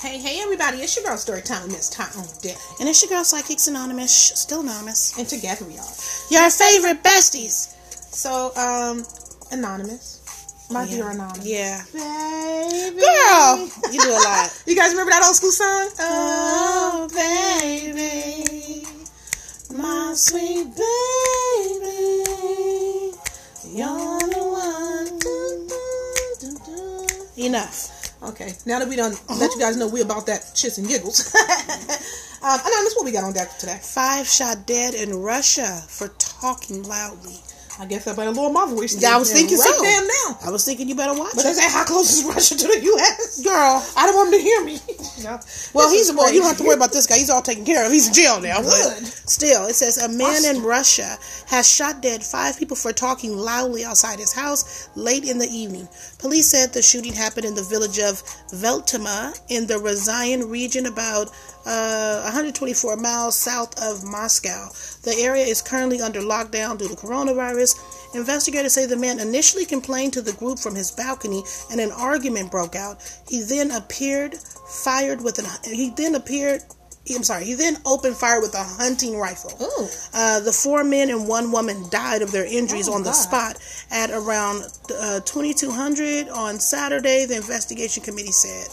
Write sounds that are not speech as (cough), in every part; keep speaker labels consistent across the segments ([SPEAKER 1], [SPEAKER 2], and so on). [SPEAKER 1] Hey, hey, everybody! It's your girl Storytime Miss Time Dick,
[SPEAKER 2] And it's your girl Psychics Anonymous, sh- still anonymous.
[SPEAKER 1] and together we are.
[SPEAKER 2] Your favorite besties.
[SPEAKER 1] So, um, anonymous, my
[SPEAKER 2] Yeah.
[SPEAKER 1] dear anonymous,
[SPEAKER 2] Yeah.
[SPEAKER 1] baby,
[SPEAKER 2] Girl, you do a lot.
[SPEAKER 1] (laughs) You guys remember that old school song?
[SPEAKER 2] Oh, baby, my sweet baby, you're the one. Enough.
[SPEAKER 1] Okay, now that we done let you guys know we about that shits and giggles. (laughs) um, anonymous, what we got on deck today?
[SPEAKER 2] Five shot dead in Russia for talking loudly.
[SPEAKER 1] I guess I better lower my voice.
[SPEAKER 2] Yeah, I was
[SPEAKER 1] and
[SPEAKER 2] thinking
[SPEAKER 1] roll.
[SPEAKER 2] so.
[SPEAKER 1] damn now.
[SPEAKER 2] I was thinking you better watch
[SPEAKER 1] But they
[SPEAKER 2] it.
[SPEAKER 1] say how close is Russia to the U.S.?
[SPEAKER 2] Girl.
[SPEAKER 1] I don't want them to hear me. no.
[SPEAKER 2] Well,
[SPEAKER 1] This
[SPEAKER 2] he's
[SPEAKER 1] is
[SPEAKER 2] well. You don't have to
[SPEAKER 1] crazy.
[SPEAKER 2] worry about this guy. He's all taken care of. He's in jail now. but
[SPEAKER 1] Good.
[SPEAKER 2] Still, it says a man in Russia has shot dead five people for talking loudly outside his house late in the evening. Police said the shooting happened in the village of Veltima in the Razayan region, about uh, 124 miles south of Moscow. The area is currently under lockdown due to coronavirus. Investigators say the man initially complained to the group from his balcony, and an argument broke out. He then appeared fired with an. He then appeared. I'm sorry. He then opened fire with a hunting rifle.
[SPEAKER 1] Ooh.
[SPEAKER 2] Uh, the four men and one woman died of their injuries
[SPEAKER 1] Oh,
[SPEAKER 2] on the
[SPEAKER 1] God.
[SPEAKER 2] spot at around uh, 2200 on Saturday. The investigation committee said.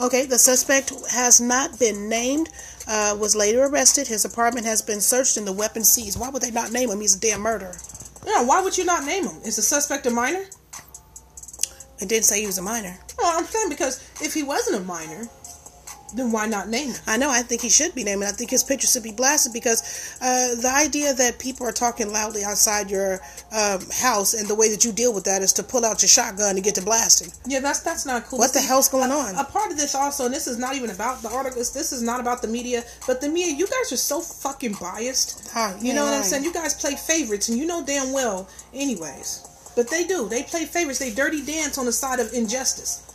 [SPEAKER 2] Okay, the suspect has not been named. Uh, was later arrested. His apartment has been searched and the weapon seized. Why would they not name him? He's a damn murderer.
[SPEAKER 1] Yeah, why would you not name him? Is the suspect a minor?
[SPEAKER 2] It didn't say he was a minor.
[SPEAKER 1] Well, I'm saying because if he wasn't a minor, then why not name him?
[SPEAKER 2] I know. I think he should be named. and I think his picture should be blasted because uh, the idea that people are talking loudly outside your um, house and the way that you deal with that is to pull out your shotgun and get to blasting.
[SPEAKER 1] Yeah, that's that's not cool.
[SPEAKER 2] What the
[SPEAKER 1] See,
[SPEAKER 2] hell's going on?
[SPEAKER 1] A part of this also, and this is not even about the articles. This is not about the media, but the media. You guys are so fucking biased.
[SPEAKER 2] Huh,
[SPEAKER 1] You know what I'm
[SPEAKER 2] yeah.
[SPEAKER 1] saying? You guys play favorites, and you know damn well, anyways. But they do. They play favorites. They dirty dance on the side of injustice.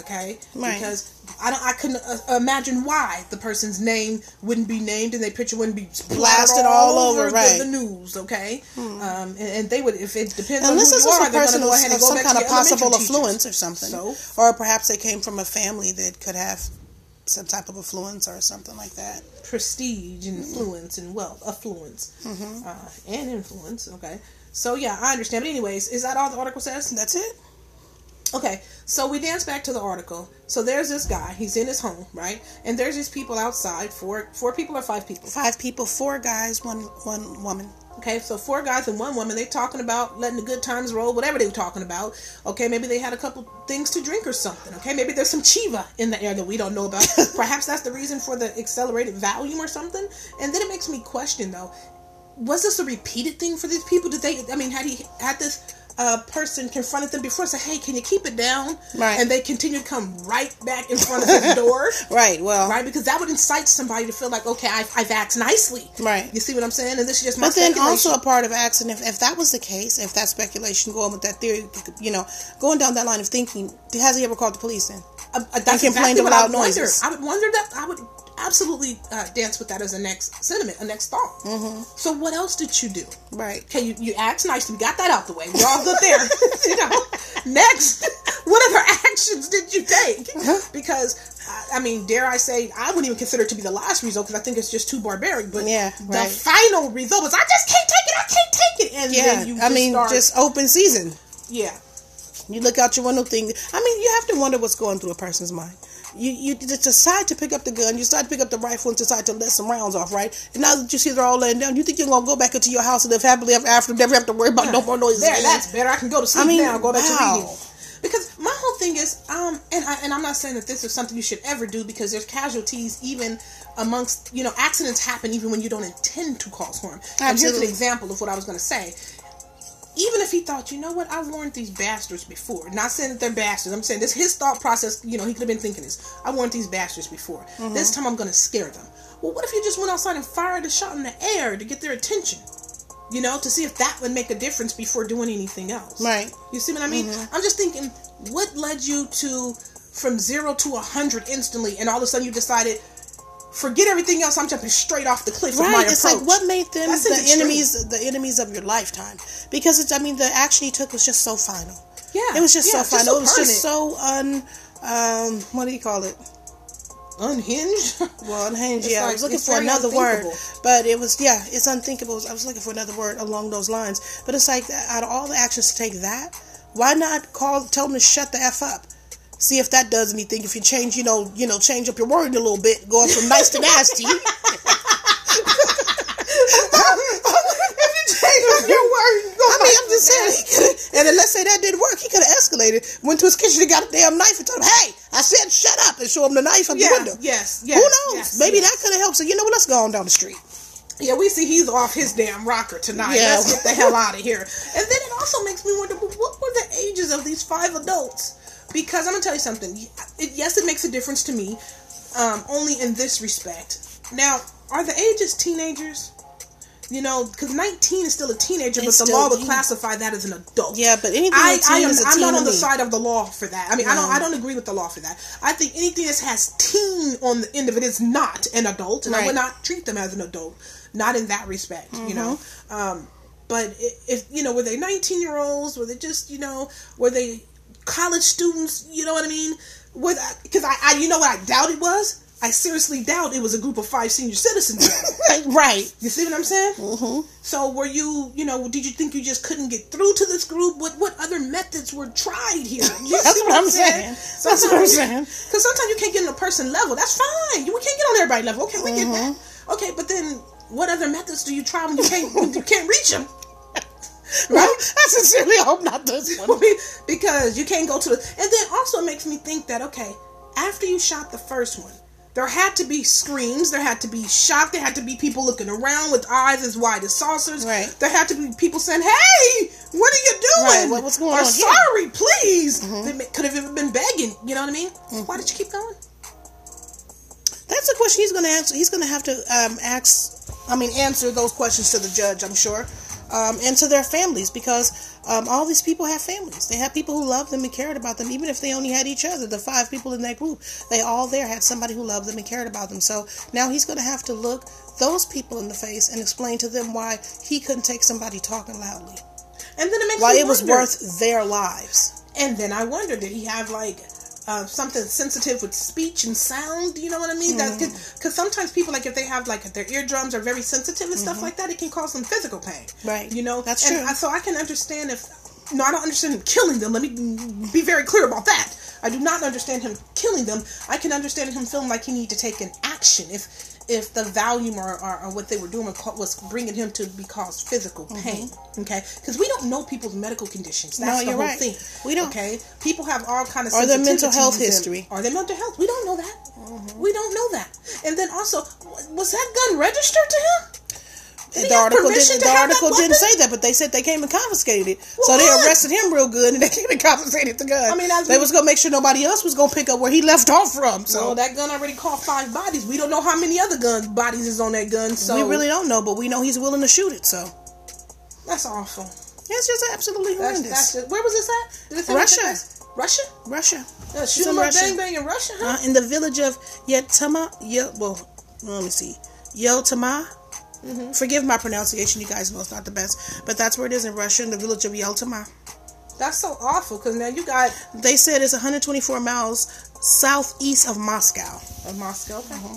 [SPEAKER 1] Okay,
[SPEAKER 2] Right.
[SPEAKER 1] because I don't. I couldn't uh, imagine why the person's name wouldn't be named and their picture wouldn't be splattered
[SPEAKER 2] Blasted all over,
[SPEAKER 1] the,
[SPEAKER 2] right.
[SPEAKER 1] the news. Okay, um, and, and they would if it depends
[SPEAKER 2] Unless
[SPEAKER 1] on
[SPEAKER 2] this
[SPEAKER 1] who
[SPEAKER 2] is
[SPEAKER 1] you are.
[SPEAKER 2] a
[SPEAKER 1] They're
[SPEAKER 2] person
[SPEAKER 1] gonna go
[SPEAKER 2] who's
[SPEAKER 1] ahead and
[SPEAKER 2] of
[SPEAKER 1] go
[SPEAKER 2] some
[SPEAKER 1] back
[SPEAKER 2] kind
[SPEAKER 1] to
[SPEAKER 2] of
[SPEAKER 1] your elementary
[SPEAKER 2] possible
[SPEAKER 1] teachers.
[SPEAKER 2] affluence or something,
[SPEAKER 1] So?
[SPEAKER 2] or perhaps they came from a family that could have some type of affluence or something like that.
[SPEAKER 1] prestige
[SPEAKER 2] Hmm.
[SPEAKER 1] and influence and wealth, affluence,
[SPEAKER 2] Mm-hmm.
[SPEAKER 1] uh, and influence. Okay, so yeah, I understand. But anyways, is that all the article says?
[SPEAKER 2] That's it.
[SPEAKER 1] Okay, so we dance back to the article. So there's this guy. He's in his home, right? And there's these people outside. Four, four people or five people.
[SPEAKER 2] Five people, four guys, one one woman.
[SPEAKER 1] Okay, so four guys and one woman. They talking about letting the good times roll, whatever they were talking about. Okay, maybe they had a couple things to drink or something. Okay, maybe there's some chiva in the air that we don't know
[SPEAKER 2] (laughs)
[SPEAKER 1] about. Perhaps that's the reason for the accelerated volume or something. And then it makes me question though: was this a repeated thing for these people? Did they? I mean, had he had this uh, person confronted them before? Say, hey, can you keep it down?
[SPEAKER 2] Right.
[SPEAKER 1] And they continue to come right back in front of
[SPEAKER 2] (laughs)
[SPEAKER 1] his door
[SPEAKER 2] Right. Well.
[SPEAKER 1] right? Because that would incite somebody to feel like, okay, I've, I've acted nicely,
[SPEAKER 2] Right.
[SPEAKER 1] You see what I'm saying? And this is just my.
[SPEAKER 2] But then
[SPEAKER 1] speculation.
[SPEAKER 2] also a part of asking if, if that was the case, if that speculation going with that theory, you know, going down that line of thinking, has he ever called the police then?
[SPEAKER 1] Uh, uh, that's exactly
[SPEAKER 2] complained of
[SPEAKER 1] what I
[SPEAKER 2] loud
[SPEAKER 1] would wonder.
[SPEAKER 2] noises.
[SPEAKER 1] I would wonder that. I would absolutely uh, dance with that as a next sentiment, a next thought. Mm-hmm. So what else did you do?
[SPEAKER 2] Right.
[SPEAKER 1] Okay, you, you act nice. We got that out the way. We're all good
[SPEAKER 2] (laughs)
[SPEAKER 1] there. (laughs) you know. Next, what other actions did you take? Because, I- I mean, dare I say, I wouldn't even consider it to be the last result because I think it's just too barbaric. But
[SPEAKER 2] Yeah,
[SPEAKER 1] the
[SPEAKER 2] right.
[SPEAKER 1] final result was, I just can't take it. I can't take it. And
[SPEAKER 2] Yeah.
[SPEAKER 1] then you
[SPEAKER 2] I mean,
[SPEAKER 1] start-
[SPEAKER 2] just open season.
[SPEAKER 1] yeah.
[SPEAKER 2] You look out your window thing. I mean, you have to wonder what's going through a person's mind. You you just decide to pick up the gun, you decide to pick up the rifle, and decide to let some rounds off, right? And now that you see they're all laying down, you think you're gonna go back into your house and live happily ever after, never have to worry about no more noises.
[SPEAKER 1] There,
[SPEAKER 2] again.
[SPEAKER 1] that's better. I can go to sleep
[SPEAKER 2] I mean,
[SPEAKER 1] now. Go back
[SPEAKER 2] wow.
[SPEAKER 1] to reading. Because my whole thing is, um, and I and I'm not saying that this is something you should ever do because there's casualties even amongst you know accidents happen even when you don't intend to cause harm. And here's an
[SPEAKER 2] Absolutely.
[SPEAKER 1] example of what I was going to say. Even if he thought, you know what, I warned these bastards before. Not saying that they're bastards. I'm saying this his thought process. You know, he could have been thinking this. I warned these bastards before.
[SPEAKER 2] Mm-hmm.
[SPEAKER 1] This time I'm going to scare them. Well, what if you just went outside and fired a shot in the air to get their attention? you know, to see if that would make a difference before doing anything else.
[SPEAKER 2] Right. Mm-hmm.
[SPEAKER 1] You see what I mean? I'm just thinking, what led you to from zero to a hundred instantly, and all of a sudden you decided, forget everything else. I'm jumping straight off the cliff. Of my
[SPEAKER 2] Right. It's like
[SPEAKER 1] approach."
[SPEAKER 2] what made them
[SPEAKER 1] That's
[SPEAKER 2] the
[SPEAKER 1] an extreme.
[SPEAKER 2] enemies, the enemies of your lifetime. Because it's, I mean, the action he took was just so final.
[SPEAKER 1] Yeah,
[SPEAKER 2] It was just
[SPEAKER 1] yeah,
[SPEAKER 2] so final. it was
[SPEAKER 1] permanent.
[SPEAKER 2] just so un. um, what do you call it? (laughs)
[SPEAKER 1] Unhinged. (laughs)
[SPEAKER 2] Well, unhinged.
[SPEAKER 1] It's
[SPEAKER 2] Yeah, I
[SPEAKER 1] like-
[SPEAKER 2] was looking
[SPEAKER 1] it's
[SPEAKER 2] for
[SPEAKER 1] very
[SPEAKER 2] another word,
[SPEAKER 1] unthinkable.
[SPEAKER 2] but it was yeah, it's unthinkable. I was looking for another word along those lines, but it's like out of all the actions to take that, why not call tell them to shut the f up? See if that does anything. If you change, you know, you know, change up your word a little bit, going from nice
[SPEAKER 1] (laughs)
[SPEAKER 2] to nasty.
[SPEAKER 1] Change your word. Go
[SPEAKER 2] I mean, I'm just saying. he could've- (laughs) And then let's say that didn't work. He could have escalated, went to his kitchen and got a damn knife and told him, hey, I said shut up and show him the knife out
[SPEAKER 1] Yeah.
[SPEAKER 2] the window.
[SPEAKER 1] Yes. Yes.
[SPEAKER 2] Who knows?
[SPEAKER 1] yes,
[SPEAKER 2] Maybe
[SPEAKER 1] yes.
[SPEAKER 2] that could have helped. So, you know what? Let's go on down the
[SPEAKER 1] (laughs)
[SPEAKER 2] street.
[SPEAKER 1] Yeah, we see he's off his damn rocker tonight.
[SPEAKER 2] Yeah.
[SPEAKER 1] Let's get the
[SPEAKER 2] (laughs)
[SPEAKER 1] hell out of here. And then it also makes me wonder well, what were the ages of these five adults? Because I'm going to tell you something. It, yes, it makes a difference to me, um, only in this respect. Now, are the ages teenagers? You know, because 19 is still a teenager, but
[SPEAKER 2] It's
[SPEAKER 1] the
[SPEAKER 2] still
[SPEAKER 1] law would
[SPEAKER 2] teen.
[SPEAKER 1] classify that as an adult.
[SPEAKER 2] Yeah, but anything
[SPEAKER 1] I,
[SPEAKER 2] with
[SPEAKER 1] I
[SPEAKER 2] teen
[SPEAKER 1] am,
[SPEAKER 2] is a
[SPEAKER 1] I'm
[SPEAKER 2] teen
[SPEAKER 1] not
[SPEAKER 2] to
[SPEAKER 1] on the
[SPEAKER 2] me.
[SPEAKER 1] side of the law for that. I mean, I don't I don't agree with the law for that. I think anything that has teen on the end of it is not an adult, and I
[SPEAKER 2] Right.
[SPEAKER 1] would not treat them as an adult, not in that respect, you know. Um, but i- if you know, were they 19 year olds? Were they just you know? Were they college students? You know what I mean? With because I, I you know what I doubt it was. I seriously doubt it was a group of five senior citizens.
[SPEAKER 2] right.
[SPEAKER 1] You see what I'm saying? Mm-hmm. So were you, you know, did you think you just couldn't get through to this group? What what other methods were tried
[SPEAKER 2] (laughs)
[SPEAKER 1] here? You see
[SPEAKER 2] That's what I'm saying. That's what I'm saying.
[SPEAKER 1] Because sometimes you can't get on a person level. That's fine. You we can't get on everybody level. Okay, we get that.
[SPEAKER 2] Mm-hmm.
[SPEAKER 1] Okay, but then what other methods do you try when you can't when you can't reach them?
[SPEAKER 2] Right? I sincerely hope not this
[SPEAKER 1] (laughs)
[SPEAKER 2] one.
[SPEAKER 1] because you can't go to the and then also it makes me think that okay after you shot the first one there had to be screams there had to be shock there had to be people looking around with eyes as wide as saucers
[SPEAKER 2] Right.
[SPEAKER 1] there had to be people saying hey what are you doing
[SPEAKER 2] Right, what- what's going
[SPEAKER 1] or
[SPEAKER 2] on here?" Mm-hmm.
[SPEAKER 1] sorry please They could have even been begging you know what i mean why did you keep going
[SPEAKER 2] That's a question he's going to answer. He's going to have to um, ask, I mean, answer those questions to the judge, I'm sure, um, and to their families because um, all these people have families. They have people who love them and cared about them, even if they only had each other. The five people in that group, they all there had somebody who loved them and cared about them. So now he's going to have to look those people in the face and explain to them why he couldn't take somebody talking loudly,
[SPEAKER 1] and then it makes
[SPEAKER 2] why
[SPEAKER 1] me
[SPEAKER 2] it was
[SPEAKER 1] wonder-
[SPEAKER 2] worth their lives.
[SPEAKER 1] And then I wonder, did he have like uh, something sensitive with speech and sound? You know what I mean? That's
[SPEAKER 2] Mm-hmm.
[SPEAKER 1] because sometimes people like if they have like their eardrums are very sensitive and stuff like that, it can cause them physical pain.
[SPEAKER 2] Mm-hmm. Right.
[SPEAKER 1] You know.
[SPEAKER 2] That's
[SPEAKER 1] and
[SPEAKER 2] true.
[SPEAKER 1] I, so I can understand if. No, I don't understand him killing them. Let me be very clear about that. I do not understand him killing them. I can understand him feeling like he need to take an action if if the volume or, or, or what they were doing was bringing him to be caused physical
[SPEAKER 2] Mm-hmm.
[SPEAKER 1] pain. Okay, because we don't know people's medical conditions. That's the
[SPEAKER 2] you're
[SPEAKER 1] whole
[SPEAKER 2] right.
[SPEAKER 1] thing.
[SPEAKER 2] We don't.
[SPEAKER 1] Okay, people have all kind of
[SPEAKER 2] Or their mental
[SPEAKER 1] sensitivities
[SPEAKER 2] health
[SPEAKER 1] and-
[SPEAKER 2] history. Mm-hmm.
[SPEAKER 1] or their mental health. We don't know that. We don't know that. And then also, w- was that gun registered to him? Did he
[SPEAKER 2] the
[SPEAKER 1] have
[SPEAKER 2] article
[SPEAKER 1] permission
[SPEAKER 2] didn't.
[SPEAKER 1] to
[SPEAKER 2] The
[SPEAKER 1] have that
[SPEAKER 2] article didn't
[SPEAKER 1] weapon?
[SPEAKER 2] say that, but they said they came and confiscated it. so
[SPEAKER 1] Well,
[SPEAKER 2] they
[SPEAKER 1] good.
[SPEAKER 2] arrested him real good, and they (laughs) came and confiscated the gun.
[SPEAKER 1] I mean, as
[SPEAKER 2] they
[SPEAKER 1] we-
[SPEAKER 2] was gonna make sure nobody else was gonna pick up where he left off from. So
[SPEAKER 1] Well, Oh, that gun already caught five bodies. We don't know how many other guns bodies is on that gun. So
[SPEAKER 2] we really don't know, but we know he's willing to shoot it. So
[SPEAKER 1] that's awful.
[SPEAKER 2] it's just absolutely
[SPEAKER 1] That's,
[SPEAKER 2] horrendous.
[SPEAKER 1] that's just, where was this at? Did it say
[SPEAKER 2] Russia.
[SPEAKER 1] what this was? Russia.
[SPEAKER 2] Russia
[SPEAKER 1] Uh, shooting
[SPEAKER 2] in
[SPEAKER 1] up
[SPEAKER 2] Russia.
[SPEAKER 1] bang bang in Russia, huh?
[SPEAKER 2] uh, in the village of Yetama. Ye, well, let me see. Yeltama.
[SPEAKER 1] Mm-hmm.
[SPEAKER 2] Forgive my pronunciation, you guys know it's not the best, but that's where it is in Russia, in the village of Yeltama.
[SPEAKER 1] That's so awful. Because now you got
[SPEAKER 2] They said it's 124 miles southeast of Moscow.
[SPEAKER 1] of Moscow. Okay.
[SPEAKER 2] Uh-huh.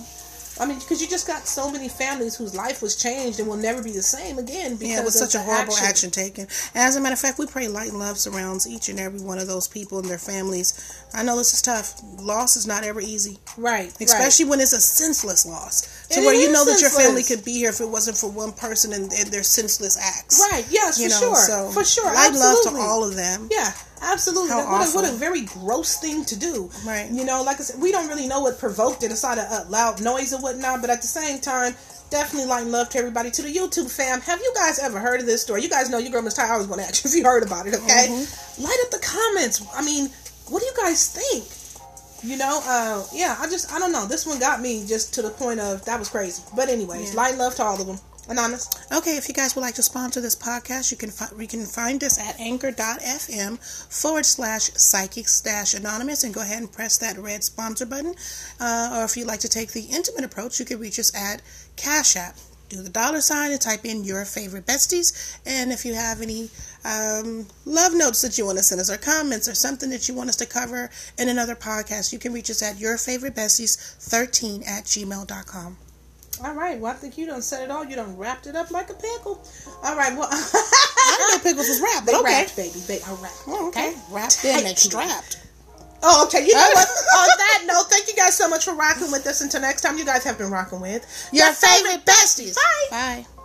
[SPEAKER 1] I mean, because you just got so many families whose life was changed and will never be the same again. Because
[SPEAKER 2] Yeah, it was
[SPEAKER 1] of
[SPEAKER 2] such a
[SPEAKER 1] the
[SPEAKER 2] horrible action. taken. And as a matter of fact, we pray light and love surrounds each and every one of those people and their families. I know this is tough. Loss is not ever easy,
[SPEAKER 1] Right. right.
[SPEAKER 2] especially when it's a senseless loss. To
[SPEAKER 1] It
[SPEAKER 2] where you
[SPEAKER 1] is
[SPEAKER 2] know that your family
[SPEAKER 1] senseless.
[SPEAKER 2] could be here if it wasn't for one person and, and their senseless acts.
[SPEAKER 1] Right. Yes, for sure. for sure.
[SPEAKER 2] Light and love to
[SPEAKER 1] absolutely.
[SPEAKER 2] all of them.
[SPEAKER 1] Yeah, absolutely.
[SPEAKER 2] How
[SPEAKER 1] Like, what, a, what a
[SPEAKER 2] awful.
[SPEAKER 1] very gross thing to do.
[SPEAKER 2] Right.
[SPEAKER 1] You know, like I said, we don't really know what provoked it aside of uh, loud noise or whatnot, but at the same time, definitely light and love to everybody. To the YouTube fam, have you guys ever heard of this story? You guys know your girl Miss Ty, I was going to ask you if you heard about it, okay?
[SPEAKER 2] Mm-hmm.
[SPEAKER 1] Light up the comments. I mean, what do you guys think? You know, uh, yeah, I just, I don't know. This one got me just to the point of that was crazy. But, anyways,
[SPEAKER 2] Yeah.
[SPEAKER 1] light and love to all of them. Anonymous.
[SPEAKER 2] Okay, if you guys would like to sponsor this podcast, you can fi- you can find us at anchor.fm forward slash psychic dash anonymous and go ahead and press that red sponsor button. Uh, or if you'd like to take the intimate approach, you can reach us at Cash App do the dollar sign and type in your favorite besties. And if you have any um, love notes that you want to send us, or comments, or something that you want us to cover in another podcast, you can reach us at yourfavoritebesties13 at gmail.com.
[SPEAKER 1] All right. Well, I think you done said it all. You done wrapped it up like a pickle. All right. Well, (laughs)
[SPEAKER 2] I didn't know pickles was wrapped,
[SPEAKER 1] they
[SPEAKER 2] but okay.
[SPEAKER 1] wrapped, baby. They are wrapped.
[SPEAKER 2] Okay.
[SPEAKER 1] Okay.
[SPEAKER 2] Wrapped in
[SPEAKER 1] Tightly.
[SPEAKER 2] and strapped.
[SPEAKER 1] Oh, okay. You know what? On that note, thank you guys so much for rocking with us. Until next time, you guys have been rocking with
[SPEAKER 2] Your favorite besties.
[SPEAKER 1] Bye.
[SPEAKER 2] Bye.